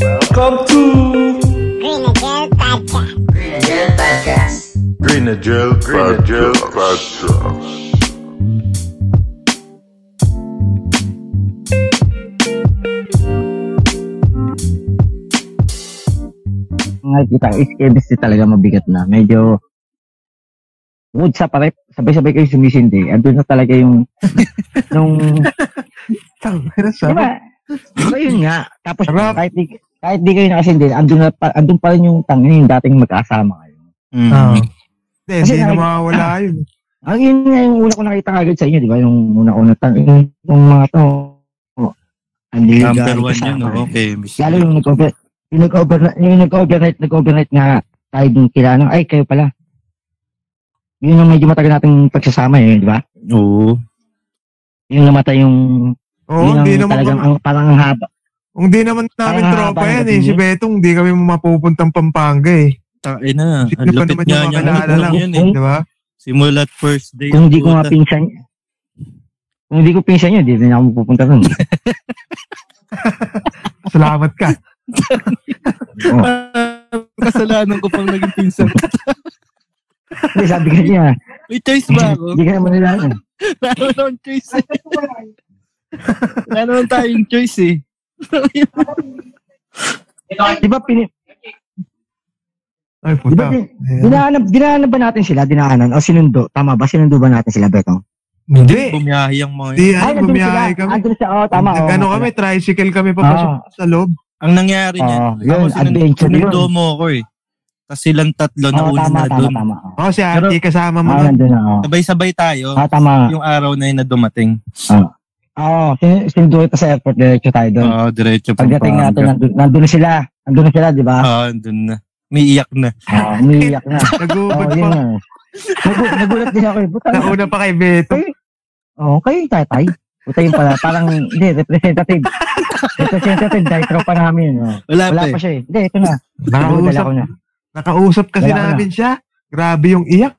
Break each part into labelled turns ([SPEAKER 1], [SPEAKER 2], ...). [SPEAKER 1] Welcome to
[SPEAKER 2] Renegade Podcast.
[SPEAKER 3] Renegade Podcast.
[SPEAKER 1] Grenadier
[SPEAKER 4] Grenadier
[SPEAKER 1] Podcast.
[SPEAKER 4] Podcast.
[SPEAKER 5] nakikita ko is ABC talaga mabigat na. Medyo wood sa pare, sabay-sabay kayo sumisindi. Andun na talaga yung nung Di
[SPEAKER 6] ah.
[SPEAKER 5] ba? Diba yun nga. Tapos kahit di, kahit di kayo nakasindi, andun, na, pa- andun pa rin yung tangin yung dating magkasama kayo.
[SPEAKER 6] Oo.
[SPEAKER 5] Mm.
[SPEAKER 6] Hindi,
[SPEAKER 5] Kasi ah,
[SPEAKER 6] hindi na
[SPEAKER 5] nakik-
[SPEAKER 6] mawawala yun.
[SPEAKER 5] Ang yun nga yung una ko nakita agad sa inyo, di ba? Yung una ko natangin yung mga to. oh, Ano yung
[SPEAKER 7] Number
[SPEAKER 5] gamit
[SPEAKER 7] one
[SPEAKER 5] kasama
[SPEAKER 7] yun, oh,
[SPEAKER 5] eh.
[SPEAKER 7] no? Okay, Miss.
[SPEAKER 5] Lalo yung nag-over, yung nag-over, yung nag-overnight, nag-overnight nga tayo dun kila, ano, ay, kayo pala. Yun ang medyo matagal nating pagsasama eh, di ba?
[SPEAKER 7] Oo.
[SPEAKER 5] Yung namatay yung,
[SPEAKER 6] Oo,
[SPEAKER 5] yun
[SPEAKER 6] hindi
[SPEAKER 5] ang
[SPEAKER 6] naman,
[SPEAKER 5] talagang,
[SPEAKER 6] mam-
[SPEAKER 5] ang, parang ang haba.
[SPEAKER 6] kung di naman namin
[SPEAKER 5] Parang
[SPEAKER 6] tropa
[SPEAKER 5] haba na
[SPEAKER 6] yan eh.
[SPEAKER 5] din
[SPEAKER 6] Si
[SPEAKER 5] yun.
[SPEAKER 6] Betong, hindi kami mapupuntang Pampanga eh.
[SPEAKER 7] Tae na.
[SPEAKER 6] Sino
[SPEAKER 7] Ang
[SPEAKER 6] pa
[SPEAKER 7] lapit
[SPEAKER 6] naman
[SPEAKER 7] nga
[SPEAKER 6] yung
[SPEAKER 7] niya.
[SPEAKER 6] makilala
[SPEAKER 7] Ano
[SPEAKER 6] lang?
[SPEAKER 7] yun eh.
[SPEAKER 5] Kung-
[SPEAKER 6] Di ba?
[SPEAKER 7] Simula't first day.
[SPEAKER 5] Kung hindi ko nga
[SPEAKER 7] puta.
[SPEAKER 5] pinsan, kung hindi ko pinsan yun, di rin ako pupunta dun.
[SPEAKER 6] Salamat ka.
[SPEAKER 5] Oo.
[SPEAKER 7] Ah, Kasalanan ko pang naging pinsan.
[SPEAKER 5] Hindi, sabi ka niya,
[SPEAKER 7] May choice ba ako?
[SPEAKER 5] hindi ka naman nila, ano.
[SPEAKER 7] Wala naman choice eh. Wala naman tayong choice eh.
[SPEAKER 5] Di ba, pini,
[SPEAKER 6] Ay,
[SPEAKER 5] di ba,
[SPEAKER 6] puta.
[SPEAKER 5] din- dinaanan, dinaanan ba natin sila, dinaanan, o sinundo, tama ba, sinundo ba natin sila, Betong?
[SPEAKER 6] Hindi.
[SPEAKER 7] Bumiyahi ang mga
[SPEAKER 6] Hindi,
[SPEAKER 7] yun.
[SPEAKER 6] ano,
[SPEAKER 5] nandun
[SPEAKER 6] bumiyahe
[SPEAKER 5] sila,
[SPEAKER 6] kami.
[SPEAKER 5] Andun siya, oh, tama, oh.
[SPEAKER 6] Nagano kami, tricycle kami papasok sa loob.
[SPEAKER 7] Ang nangyari niya,
[SPEAKER 5] Oo, yun,
[SPEAKER 7] ako sinun-
[SPEAKER 5] adventure yun.
[SPEAKER 7] sinundo mo ako eh. Tapos silang tatlo na
[SPEAKER 5] Oo,
[SPEAKER 7] una
[SPEAKER 5] tama,
[SPEAKER 7] na
[SPEAKER 5] tama,
[SPEAKER 7] doon.
[SPEAKER 5] tama. oh.
[SPEAKER 6] Oo, si Ate, kasama mo
[SPEAKER 5] Ah,
[SPEAKER 6] nun.
[SPEAKER 5] nandun na, oh.
[SPEAKER 7] Sabay-sabay tayo
[SPEAKER 5] Ah, tama.
[SPEAKER 7] yung araw na yun na dumating.
[SPEAKER 5] Oo, sin- sinundo ito sa airport, diretso tayo
[SPEAKER 6] Ah,
[SPEAKER 5] doon.
[SPEAKER 7] Oo, Ah, diretso pa.
[SPEAKER 5] Pagdating natin, nandun, nandun na sila. Nandun na sila, di ba?
[SPEAKER 6] Ah.
[SPEAKER 7] Oo, andun na. Umiiyak na.
[SPEAKER 5] Oo, umiiyak na. Oo,
[SPEAKER 6] Nagubad
[SPEAKER 5] yun
[SPEAKER 6] pa.
[SPEAKER 5] na. Nagu- nagulat din ako. eh. Buta na.
[SPEAKER 6] Nauna pa kay Betong.
[SPEAKER 5] Oo, kayo yung tatay. Buta yun pala. Parang, hindi, representative. representative, dahil tropa namin. Oh.
[SPEAKER 7] Wala,
[SPEAKER 5] Wala
[SPEAKER 7] pa
[SPEAKER 5] pa
[SPEAKER 7] eh.
[SPEAKER 5] siya eh. Hindi, ito na.
[SPEAKER 6] Ah,
[SPEAKER 5] Nagulat
[SPEAKER 6] Nakausap,
[SPEAKER 5] ako na.
[SPEAKER 6] nakausap kasi
[SPEAKER 5] Wala na.
[SPEAKER 6] namin siya. Grabe yung iyak.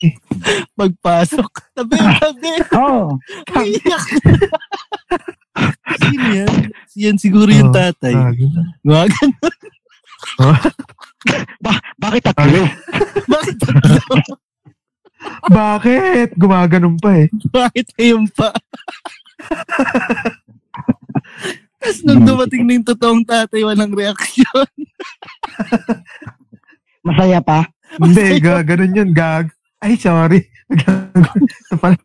[SPEAKER 7] Pagpasok. Tabi-tabi.
[SPEAKER 5] Oo.
[SPEAKER 7] Umiyak. Sino yan? Yan siguro yung
[SPEAKER 6] Oo,
[SPEAKER 7] tatay.
[SPEAKER 6] Grabe.
[SPEAKER 7] Wag.
[SPEAKER 5] Bakit tatlo?
[SPEAKER 7] Bakit?
[SPEAKER 6] Bakit? Gumaganon pa eh.
[SPEAKER 7] Bakit ngayon pa? Tapos nung dumating na yung totoong tatay, walang reaksyon.
[SPEAKER 5] Masaya pa.
[SPEAKER 6] Hindi, ga, ganun yun, gag. Ay, sorry. Ito pala.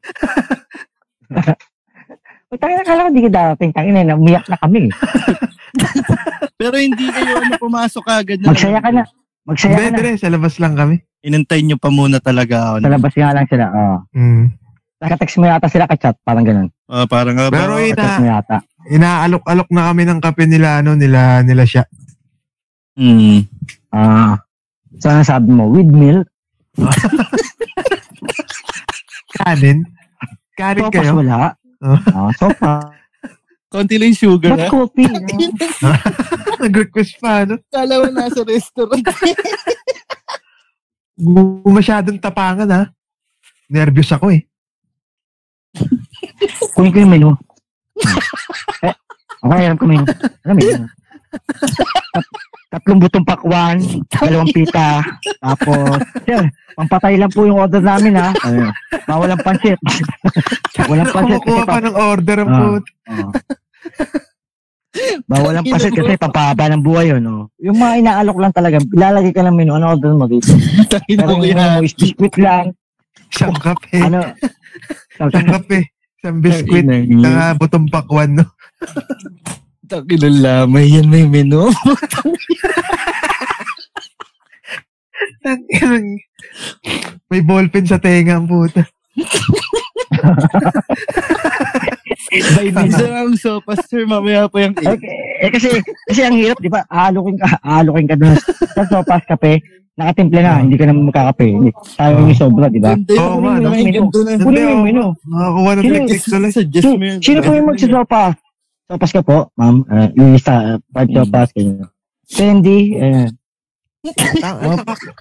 [SPEAKER 5] Buta na kala ko hindi ka darating. Tangin na, umiyak na kami.
[SPEAKER 7] Pero hindi kayo ano, pumasok agad na.
[SPEAKER 5] Magsaya ka na. Magsaya
[SPEAKER 6] Hindi,
[SPEAKER 5] ka na.
[SPEAKER 6] dire, sa labas lang kami.
[SPEAKER 7] Inantay nyo pa muna talaga ako.
[SPEAKER 5] Sa labas nga lang sila. Oo.
[SPEAKER 6] Mm.
[SPEAKER 5] Nakatext mo yata sila kachat. Parang ganun.
[SPEAKER 7] Ah, parang nga
[SPEAKER 6] Pero
[SPEAKER 7] ba?
[SPEAKER 5] Kachat
[SPEAKER 6] ina,
[SPEAKER 5] mo yata.
[SPEAKER 6] inaalok-alok na kami ng kape nila, ano, nila, nila siya.
[SPEAKER 7] Mm.
[SPEAKER 5] Ah. So, ano sabi mo? With milk?
[SPEAKER 6] Kanin. Kanin
[SPEAKER 5] Sopas
[SPEAKER 6] kayo.
[SPEAKER 5] wala?
[SPEAKER 6] Oh.
[SPEAKER 5] Ah, sopas.
[SPEAKER 7] Konti lang yung sugar.
[SPEAKER 5] Ba't
[SPEAKER 7] ha?
[SPEAKER 5] coffee? no?
[SPEAKER 6] Nag-request pa, ano.
[SPEAKER 7] Kala mo nasa restaurant.
[SPEAKER 6] Gu- Masyadong tapangan, ha. Nervous ako, eh.
[SPEAKER 5] Kunin ko yung menu. eh, okay, alam ko menu. Alam menu. Tat- tatlong butong pakwan, dalawang pita, tapos, sir, pampatay lang po yung order namin, ha? Ayun. Mawalang pansit. Walang pansit kasi
[SPEAKER 6] Kumukuha pa
[SPEAKER 5] pa,
[SPEAKER 6] ng order ang
[SPEAKER 5] Ah.
[SPEAKER 6] put.
[SPEAKER 5] Oo. Mawalang pansit kasi pampahaba ng buhay yun, oh. Yung mga inaalok lang talaga, ilalagay ka ng menu, ano order mo dito?
[SPEAKER 7] Tangin
[SPEAKER 5] Pero
[SPEAKER 7] mo
[SPEAKER 5] yung
[SPEAKER 7] kaya.
[SPEAKER 5] ano mo, is biscuit lang,
[SPEAKER 6] Isang kape.
[SPEAKER 5] ano,
[SPEAKER 6] Isang kape. Isang biskwit.
[SPEAKER 7] Tangin
[SPEAKER 6] Saka butong pakwan, no.
[SPEAKER 7] ng lamay. Yan may menu.
[SPEAKER 6] May ballpen sa tenga, ang puta.
[SPEAKER 7] Isa lang ang sopas, sir. Mamaya pa yung
[SPEAKER 5] Eh, eh, kasi kasi ang hirap, 'di ba? Aalokin ka, aalokin ka doon sa sopas kape, nakatimpla na, hindi ka naman magkakape. Sayang yung sobra, 'di ba?
[SPEAKER 7] Hindi,
[SPEAKER 6] Oo nga,
[SPEAKER 7] kunin mo yung
[SPEAKER 5] no?
[SPEAKER 7] ganito na.
[SPEAKER 5] Kunin mo yung menu.
[SPEAKER 6] Nakakuha oh. ng
[SPEAKER 5] Sino-
[SPEAKER 6] teknik tuloy.
[SPEAKER 7] Suggest
[SPEAKER 5] Sino,
[SPEAKER 7] mo yun.
[SPEAKER 5] sino po yung magsasopa? Sopas ka po, ma'am. Uh, yung isa, uh, five
[SPEAKER 6] Hmm.
[SPEAKER 5] sopas. ganyan. Candy, eh,
[SPEAKER 6] Tang-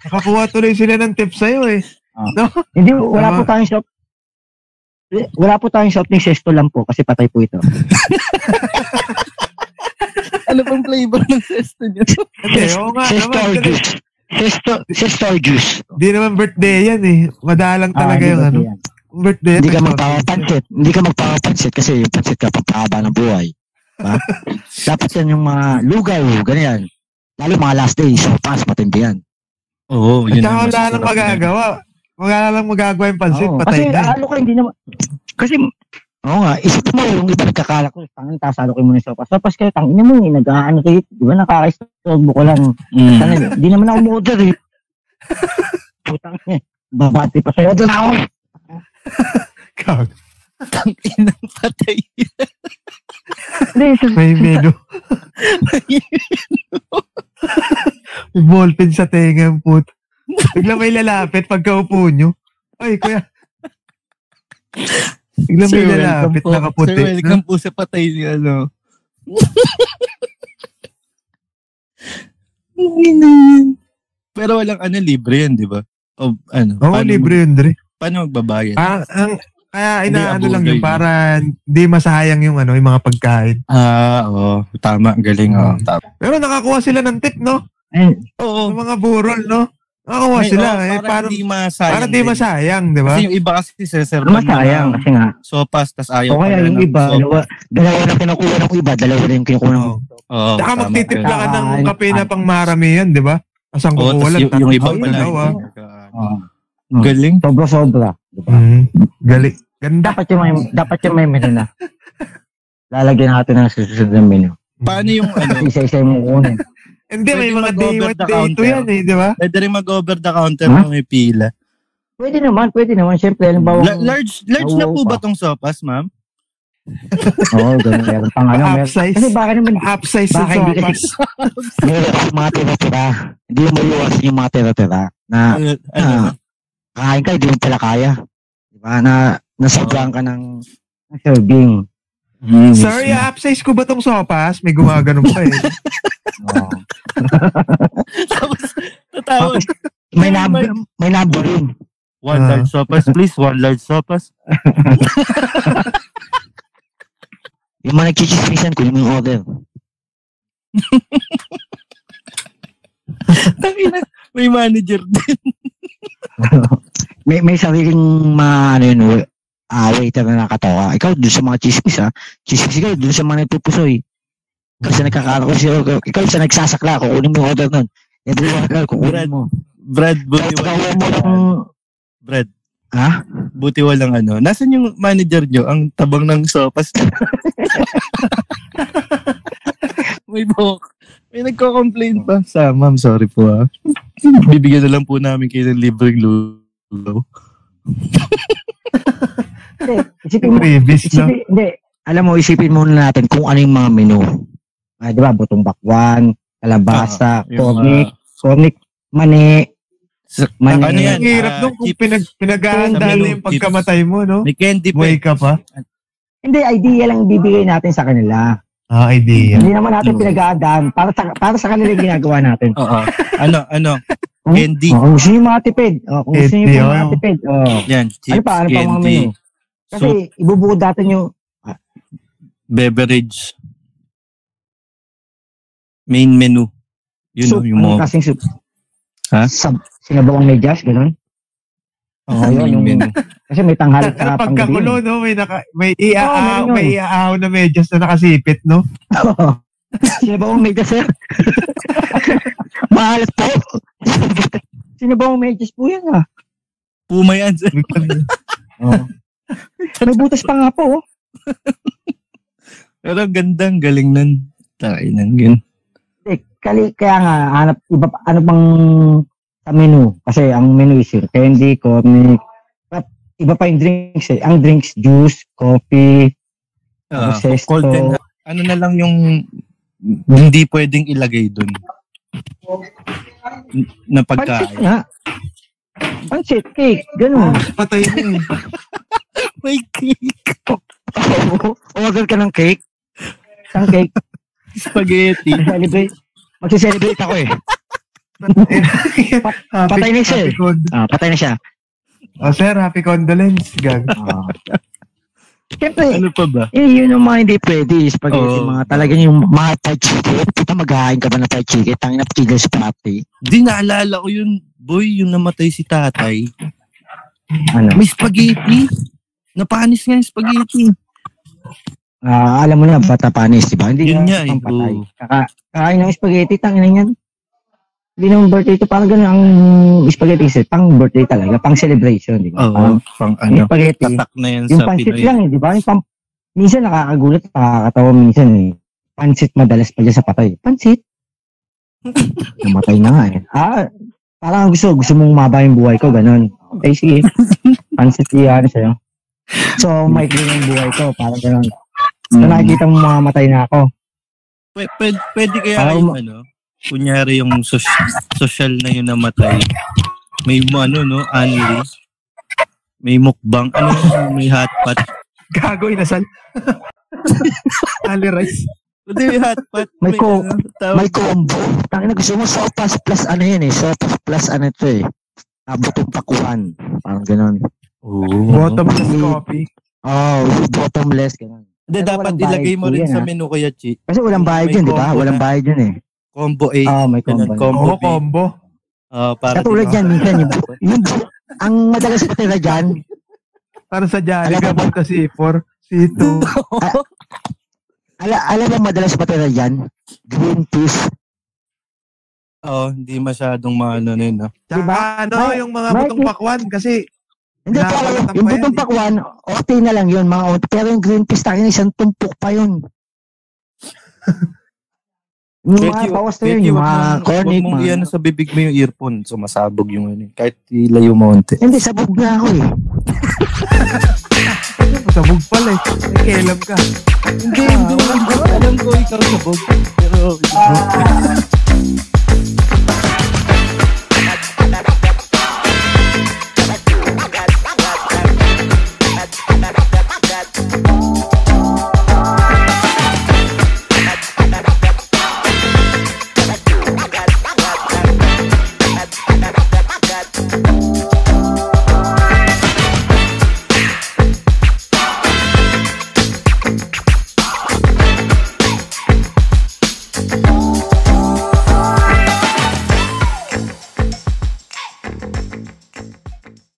[SPEAKER 6] Nakakuha tuloy sila ng tips sa'yo, eh.
[SPEAKER 5] hindi, wala
[SPEAKER 6] Tama.
[SPEAKER 5] po tayong shop. Eh, Wala po tayong shop ni Sesto lang po kasi patay po ito.
[SPEAKER 7] Ano pang flavor ng sesto niyo?
[SPEAKER 6] Hindi, oo nga
[SPEAKER 4] Sister
[SPEAKER 6] Ah, naman.
[SPEAKER 4] juice. Sister, sister juice.
[SPEAKER 6] Hindi naman birthday yan eh. Madalang
[SPEAKER 4] Ah,
[SPEAKER 5] Ah,
[SPEAKER 6] talaga
[SPEAKER 5] diba?
[SPEAKER 6] yung ano. Birthday. eh.
[SPEAKER 4] Hindi ka magpapapansit. Hindi ka magpapapansit kasi yung pansit ka pampahaba ng buhay. Ba? Dapat yan yung mga lugaw, ganyan. Lalo mga last day, so pass, matindi yan.
[SPEAKER 7] Oo,
[SPEAKER 6] At saka wala nang magagawa. Wala nang magagawa yung pansit.
[SPEAKER 4] Oo, ah,
[SPEAKER 5] Kasi
[SPEAKER 6] patay na.
[SPEAKER 5] ano ka, hindi naman... Kasi,
[SPEAKER 4] Oo nga, isip mo yung iba nagkakala ko.
[SPEAKER 5] ako, tangin, tasalo kayo muna sa sopas. Sopas kayo, tangin na mo, eh, nag-ano kayo, di ba, nakaka-istorbo ko lang.
[SPEAKER 7] Mm.
[SPEAKER 5] Tangin, Hindi naman ako mother, eh. Putang, eh. Babati pa sa'yo.
[SPEAKER 4] Order na ako.
[SPEAKER 6] Gag.
[SPEAKER 7] Inang patay.
[SPEAKER 5] Hindi, sa-
[SPEAKER 6] May menu. may ballpen sa tenga yung put. Bigla may lalapit pagkaupo nyo. Ay, kuya. Bigla may lalapit
[SPEAKER 7] po.
[SPEAKER 6] nakaputi.
[SPEAKER 7] Sir, welcome po sa patay ni ano. Pero walang ano, libre yan, di ba? O ano?
[SPEAKER 6] Oo,
[SPEAKER 7] paano
[SPEAKER 6] libre yun, Dre.
[SPEAKER 7] Mag, paano magbabayad?
[SPEAKER 6] Ang, ang, kaya inaano
[SPEAKER 7] abugay
[SPEAKER 6] lang yun
[SPEAKER 7] yun.
[SPEAKER 6] para hindi masayang yung ano, yung mga pagkain.
[SPEAKER 7] Ah, oo. Tama, galing.
[SPEAKER 6] Hmm.
[SPEAKER 7] oo. Tama.
[SPEAKER 6] Pero nakakuha sila ng tip, no?
[SPEAKER 5] ayun,
[SPEAKER 7] Oo.
[SPEAKER 6] Yung mga burol, no? Nakakuha
[SPEAKER 7] May-
[SPEAKER 6] sila.
[SPEAKER 7] oo,
[SPEAKER 6] eh, para,
[SPEAKER 7] Para di masayang.
[SPEAKER 6] para di
[SPEAKER 7] din.
[SPEAKER 6] masayang, di ba?
[SPEAKER 7] Kasi yung iba kasi sireserve
[SPEAKER 5] masayang, kasi nga.
[SPEAKER 7] sopas, tas ayaw
[SPEAKER 5] O kaya
[SPEAKER 7] pala
[SPEAKER 5] yung
[SPEAKER 7] ng
[SPEAKER 5] iba,
[SPEAKER 7] sopas.
[SPEAKER 5] dalawa,
[SPEAKER 4] Dalawa na kinukuha ng iba, dalawa na yung kinukuha ng
[SPEAKER 6] Oo.
[SPEAKER 7] Oo,
[SPEAKER 6] Saka
[SPEAKER 7] tama,
[SPEAKER 6] magtitipla
[SPEAKER 7] ganun.
[SPEAKER 6] ka ng
[SPEAKER 5] Tama.
[SPEAKER 6] kape na pang marami yan, di ba? Asang
[SPEAKER 7] Oo,
[SPEAKER 6] kukuha
[SPEAKER 7] tas
[SPEAKER 6] lang.
[SPEAKER 7] yung, yung iba
[SPEAKER 6] tatlo,
[SPEAKER 7] pala.
[SPEAKER 6] dalawa.
[SPEAKER 5] Oo.
[SPEAKER 7] Galing.
[SPEAKER 5] sobra-sobra.
[SPEAKER 6] Mm, gali. Ganda.
[SPEAKER 5] Dapat yung may, dapat yung may menu na. Lalagyan natin ng susunod na menu.
[SPEAKER 7] Paano yung ano?
[SPEAKER 5] Isa-isa yung kukunin.
[SPEAKER 6] Hindi, may
[SPEAKER 7] Pwede
[SPEAKER 6] mga day
[SPEAKER 7] mag-over
[SPEAKER 6] what
[SPEAKER 7] the
[SPEAKER 6] day to
[SPEAKER 7] counter.
[SPEAKER 6] yan eh, di ba?
[SPEAKER 7] Pwede rin mag-over the counter
[SPEAKER 5] Huh?
[SPEAKER 7] kung may pila.
[SPEAKER 5] Pwede naman, pwede naman. Siyempre, halimbawa,
[SPEAKER 7] La- large large na po
[SPEAKER 5] Nauupa.
[SPEAKER 7] ba tong sopas, ma'am?
[SPEAKER 5] Oo, ganun. Meron pang ano. meron-
[SPEAKER 6] Upsize.
[SPEAKER 5] Kasi baka naman,
[SPEAKER 6] Upsize sa
[SPEAKER 5] Baka hindi-
[SPEAKER 6] sopas.
[SPEAKER 4] Meron kasi mga tira-tira. Hindi mo maiwasan yung mga tira-tira na
[SPEAKER 7] Ano,
[SPEAKER 4] Ah. kain ka, hindi mo pala kaya. Diba? Na nasabihan ka ng
[SPEAKER 5] serving.
[SPEAKER 7] Hmm.
[SPEAKER 6] Sorry, upsize ko ba tong sopas? May gumagano pa eh.
[SPEAKER 7] ah.
[SPEAKER 5] Oo.
[SPEAKER 7] Tapos, tatawag.
[SPEAKER 4] may number, may number yun.
[SPEAKER 7] One
[SPEAKER 6] Ah.
[SPEAKER 7] large sopas, please. One large sopas.
[SPEAKER 4] Yung mga nagchichismisan ko, yung mga order.
[SPEAKER 7] Tangina, may manager din.
[SPEAKER 4] May, may sariling mga ano yun, ah, waiter na nakatawa. Ikaw, dun sa mga chismis ha. Chismis ikaw, dun sa mga nagpupusoy. Ikaw sa nagkakala ko siya. Ikaw, ikaw sa nagsasakla, kukunin mo yung order nun. Every order, kukunin mo.
[SPEAKER 7] Brad,
[SPEAKER 4] Kaya
[SPEAKER 7] buti
[SPEAKER 4] pagkakuha mo ng,
[SPEAKER 7] walang... Brad,
[SPEAKER 4] ha?
[SPEAKER 7] buti walang ano. Nasaan yung manager nyo? Ang tabang ng sopas. may buhok. May nagko-complain pa. Sa, ma'am, sorry po ah. Bibigyan na lang po namin kayo ng libreng lulo.
[SPEAKER 5] Hindi, isipin mo.
[SPEAKER 6] Previous na.
[SPEAKER 5] Isipin, hindi.
[SPEAKER 4] alam mo, isipin muna natin kung ano yung mga menu.
[SPEAKER 5] Ah, di ba, butong bakwan, kalabasa,
[SPEAKER 7] Ah, Yung
[SPEAKER 5] cornic,
[SPEAKER 7] mga-
[SPEAKER 5] cornic, mani,
[SPEAKER 7] Sa-
[SPEAKER 5] mani.
[SPEAKER 7] ano yan?
[SPEAKER 6] Ang hirap
[SPEAKER 7] Ah,
[SPEAKER 6] nung kung
[SPEAKER 7] chips.
[SPEAKER 6] pinag,
[SPEAKER 7] Sa
[SPEAKER 6] pinag-aandal
[SPEAKER 7] menu,
[SPEAKER 6] na yung pagkamatay mo, no?
[SPEAKER 7] May candy pa.
[SPEAKER 6] Buhay ka pa.
[SPEAKER 5] Hindi, idea lang bibigay natin sa kanila.
[SPEAKER 6] Ah, idea.
[SPEAKER 5] Hindi naman
[SPEAKER 7] Mm.
[SPEAKER 5] natin pinag-aadaan. Para sa, para sa kanila yung ginagawa natin.
[SPEAKER 7] Oo. ano, ano?
[SPEAKER 5] Hmm?
[SPEAKER 7] Candy.
[SPEAKER 5] Oh, kung gusto nyo matipid. Oh, kung gusto nyo
[SPEAKER 6] Candy,
[SPEAKER 5] po
[SPEAKER 6] oh.
[SPEAKER 5] matipid. Oh.
[SPEAKER 7] Yan, chips,
[SPEAKER 5] Ano pa? Ano pa ang mga
[SPEAKER 7] candy,
[SPEAKER 5] menu? Kasi
[SPEAKER 7] soup,
[SPEAKER 5] ibubukod natin yung
[SPEAKER 7] beverage. Main menu. Yun
[SPEAKER 5] soup.
[SPEAKER 7] know, yung
[SPEAKER 5] Anong
[SPEAKER 7] mga...
[SPEAKER 5] klaseng soup?
[SPEAKER 7] Ha?
[SPEAKER 5] Sab, sinabaw ang medyas, ganun.
[SPEAKER 7] Oo,
[SPEAKER 5] yun, yung-
[SPEAKER 7] menu.
[SPEAKER 5] Kasi may tanghal
[SPEAKER 6] Ano
[SPEAKER 5] ka pang
[SPEAKER 6] pagkakulo, no? May, naka, may, iaaw,
[SPEAKER 5] Oo, meron yun.
[SPEAKER 6] may iaaw na medyas na nakasipit, no?
[SPEAKER 5] Sinabaw ang medyas, sir.
[SPEAKER 4] Maalat po!
[SPEAKER 5] Sinabaw ang medyas po yan, ah.
[SPEAKER 7] Puma yan. sir.
[SPEAKER 5] May butas pa nga po, oh.
[SPEAKER 7] Pero ang ganda, ang galing nun. Tain ng yun.
[SPEAKER 5] Eh, kali, kaya nga, hanap, iba, pa- ano pang sa menu? Kasi ang menu is yung candy, comic, but iba pa yung drinks eh. Ang drinks, juice, coffee,
[SPEAKER 7] Ah,
[SPEAKER 5] Sesto.
[SPEAKER 7] cold and- ano na lang yung hindi pwedeng ilagay dun. N- Na
[SPEAKER 5] pancit
[SPEAKER 7] pagkain.
[SPEAKER 5] nga. Pancit, cake, ganun.
[SPEAKER 6] Patay mo eh.
[SPEAKER 7] May cake.
[SPEAKER 4] Order ka ng cake?
[SPEAKER 5] Isang cake,
[SPEAKER 7] Spaghetti.
[SPEAKER 5] celebrate. Magsiselebrate ako eh.
[SPEAKER 4] Patay na siya eh.
[SPEAKER 6] Happy con-
[SPEAKER 4] Ah, patay na siya.
[SPEAKER 6] Oh, sir, happy condolence. Gag.
[SPEAKER 5] Ah. Siyempre,
[SPEAKER 7] Ano pa ba?
[SPEAKER 5] eh, yun yung mga hindi pwede is pag
[SPEAKER 7] Oo.
[SPEAKER 5] yung mga talagang yung mga fried chicken. Puta, maghahain ka ba ng fried chicken? Tangin na kilos party.
[SPEAKER 7] Di naalala ko yun, boy, yung namatay si tatay.
[SPEAKER 5] Ano?
[SPEAKER 7] May spaghetti. Napanis nga yung spaghetti.
[SPEAKER 5] Ah, alam mo na, bata panis, di ba? Hindi
[SPEAKER 7] Hmm. Yun nga eh,
[SPEAKER 5] pampatay.
[SPEAKER 7] oo.
[SPEAKER 5] Kaka, kain ng spaghetti, tangin na yan. Hindi naman birthday to. Parang ganun ang spaghetti kasi pang birthday talaga, pang celebration, di ba?
[SPEAKER 7] Oo,
[SPEAKER 5] Parang
[SPEAKER 7] pang
[SPEAKER 5] yung
[SPEAKER 7] ano.
[SPEAKER 5] spaghetti,
[SPEAKER 7] Tatak na yan
[SPEAKER 5] yung
[SPEAKER 7] sa
[SPEAKER 5] pancit
[SPEAKER 7] Pinoy.
[SPEAKER 5] lang eh, di ba? Yung pam- minsan nakakagulat, nakakatawa minsan eh. Pancit madalas pa dyan sa patay. Pancit? Namatay na nga eh. Ah, parang gusto, gusto mong maba yung buhay ko, ganun. Okay, sige. Pancit yan sa'yo. So, maikli na yung buhay ko, parang ganun. So,
[SPEAKER 7] Mm.
[SPEAKER 5] nakikita mo mamamatay na ako.
[SPEAKER 7] Pwede, pwede, pwede kaya
[SPEAKER 5] Parang
[SPEAKER 7] yung ano, kunyari yung sos- social na yun namatay. May mo- ano, no, anli. May mukbang, ano, yun, may hotpot.
[SPEAKER 6] Gago, inasal. Ali rice.
[SPEAKER 7] Hindi, may hotpot.
[SPEAKER 5] May ko-
[SPEAKER 7] ano, tawag-
[SPEAKER 5] May combo. Tangin na gusto mo, sopas plus ano yan eh. Sopas plus ano ito eh. Ah, butong pakuhan. Parang ganun.
[SPEAKER 7] Oo.
[SPEAKER 6] Bottomless coffee.
[SPEAKER 5] Oh, bottomless, ganun.
[SPEAKER 7] Hindi,
[SPEAKER 5] Pero
[SPEAKER 7] dapat
[SPEAKER 5] walang
[SPEAKER 7] ilagay
[SPEAKER 5] bayad
[SPEAKER 7] mo
[SPEAKER 5] po
[SPEAKER 7] rin
[SPEAKER 5] yan, ah.
[SPEAKER 7] sa
[SPEAKER 5] ha?
[SPEAKER 7] menu kaya, Chi.
[SPEAKER 5] Kasi walang bayad
[SPEAKER 7] May
[SPEAKER 5] yun, di ba?
[SPEAKER 7] combo
[SPEAKER 5] Walang
[SPEAKER 7] na.
[SPEAKER 5] bayad yun eh.
[SPEAKER 7] Combo A.
[SPEAKER 5] Oh, may
[SPEAKER 7] Ganun,
[SPEAKER 5] combo.
[SPEAKER 7] combo
[SPEAKER 6] Oo,
[SPEAKER 7] B.
[SPEAKER 6] combo.
[SPEAKER 7] Ah, para
[SPEAKER 5] Katulad
[SPEAKER 7] dito.
[SPEAKER 5] yan, minsan yung, yung ang madalas na tira dyan,
[SPEAKER 6] Para sa
[SPEAKER 5] Alam
[SPEAKER 6] Jollibee,
[SPEAKER 5] mo Diba? ba?
[SPEAKER 6] punta si 4, si 2.
[SPEAKER 5] ala, alam mo madalas matira dyan, green peas.
[SPEAKER 7] Oo, oh, hindi masyadong maano na yun, ah. ha?
[SPEAKER 5] Diba?
[SPEAKER 6] Tsaka ano,
[SPEAKER 5] May-
[SPEAKER 6] yung mga
[SPEAKER 5] may-
[SPEAKER 6] butong pakwan kasi
[SPEAKER 5] Hindi,
[SPEAKER 6] Wala,
[SPEAKER 5] pero
[SPEAKER 6] walang
[SPEAKER 5] yung
[SPEAKER 6] tampayan
[SPEAKER 5] butong
[SPEAKER 6] eh.
[SPEAKER 5] pakwan, okay na lang yun, mga ot. Pero yung green peas, takin isang tumpok pa yun. yung mga
[SPEAKER 7] Betty,
[SPEAKER 5] bawas na yun,
[SPEAKER 7] Becky,
[SPEAKER 5] yung
[SPEAKER 7] wag
[SPEAKER 5] mga cornig,
[SPEAKER 7] mong- Huwag mong
[SPEAKER 5] mga... ano.
[SPEAKER 7] iyan sa bibig mo yung earphone. Sumasabog yung ano. eh. Kahit ilayo mo onte.
[SPEAKER 5] Hindi, sabog na ako eh.
[SPEAKER 6] sabog pala eh. Nakikialam ka. Ah,
[SPEAKER 7] Hindi, hindi. Alam ko ikaw sabog. Pero...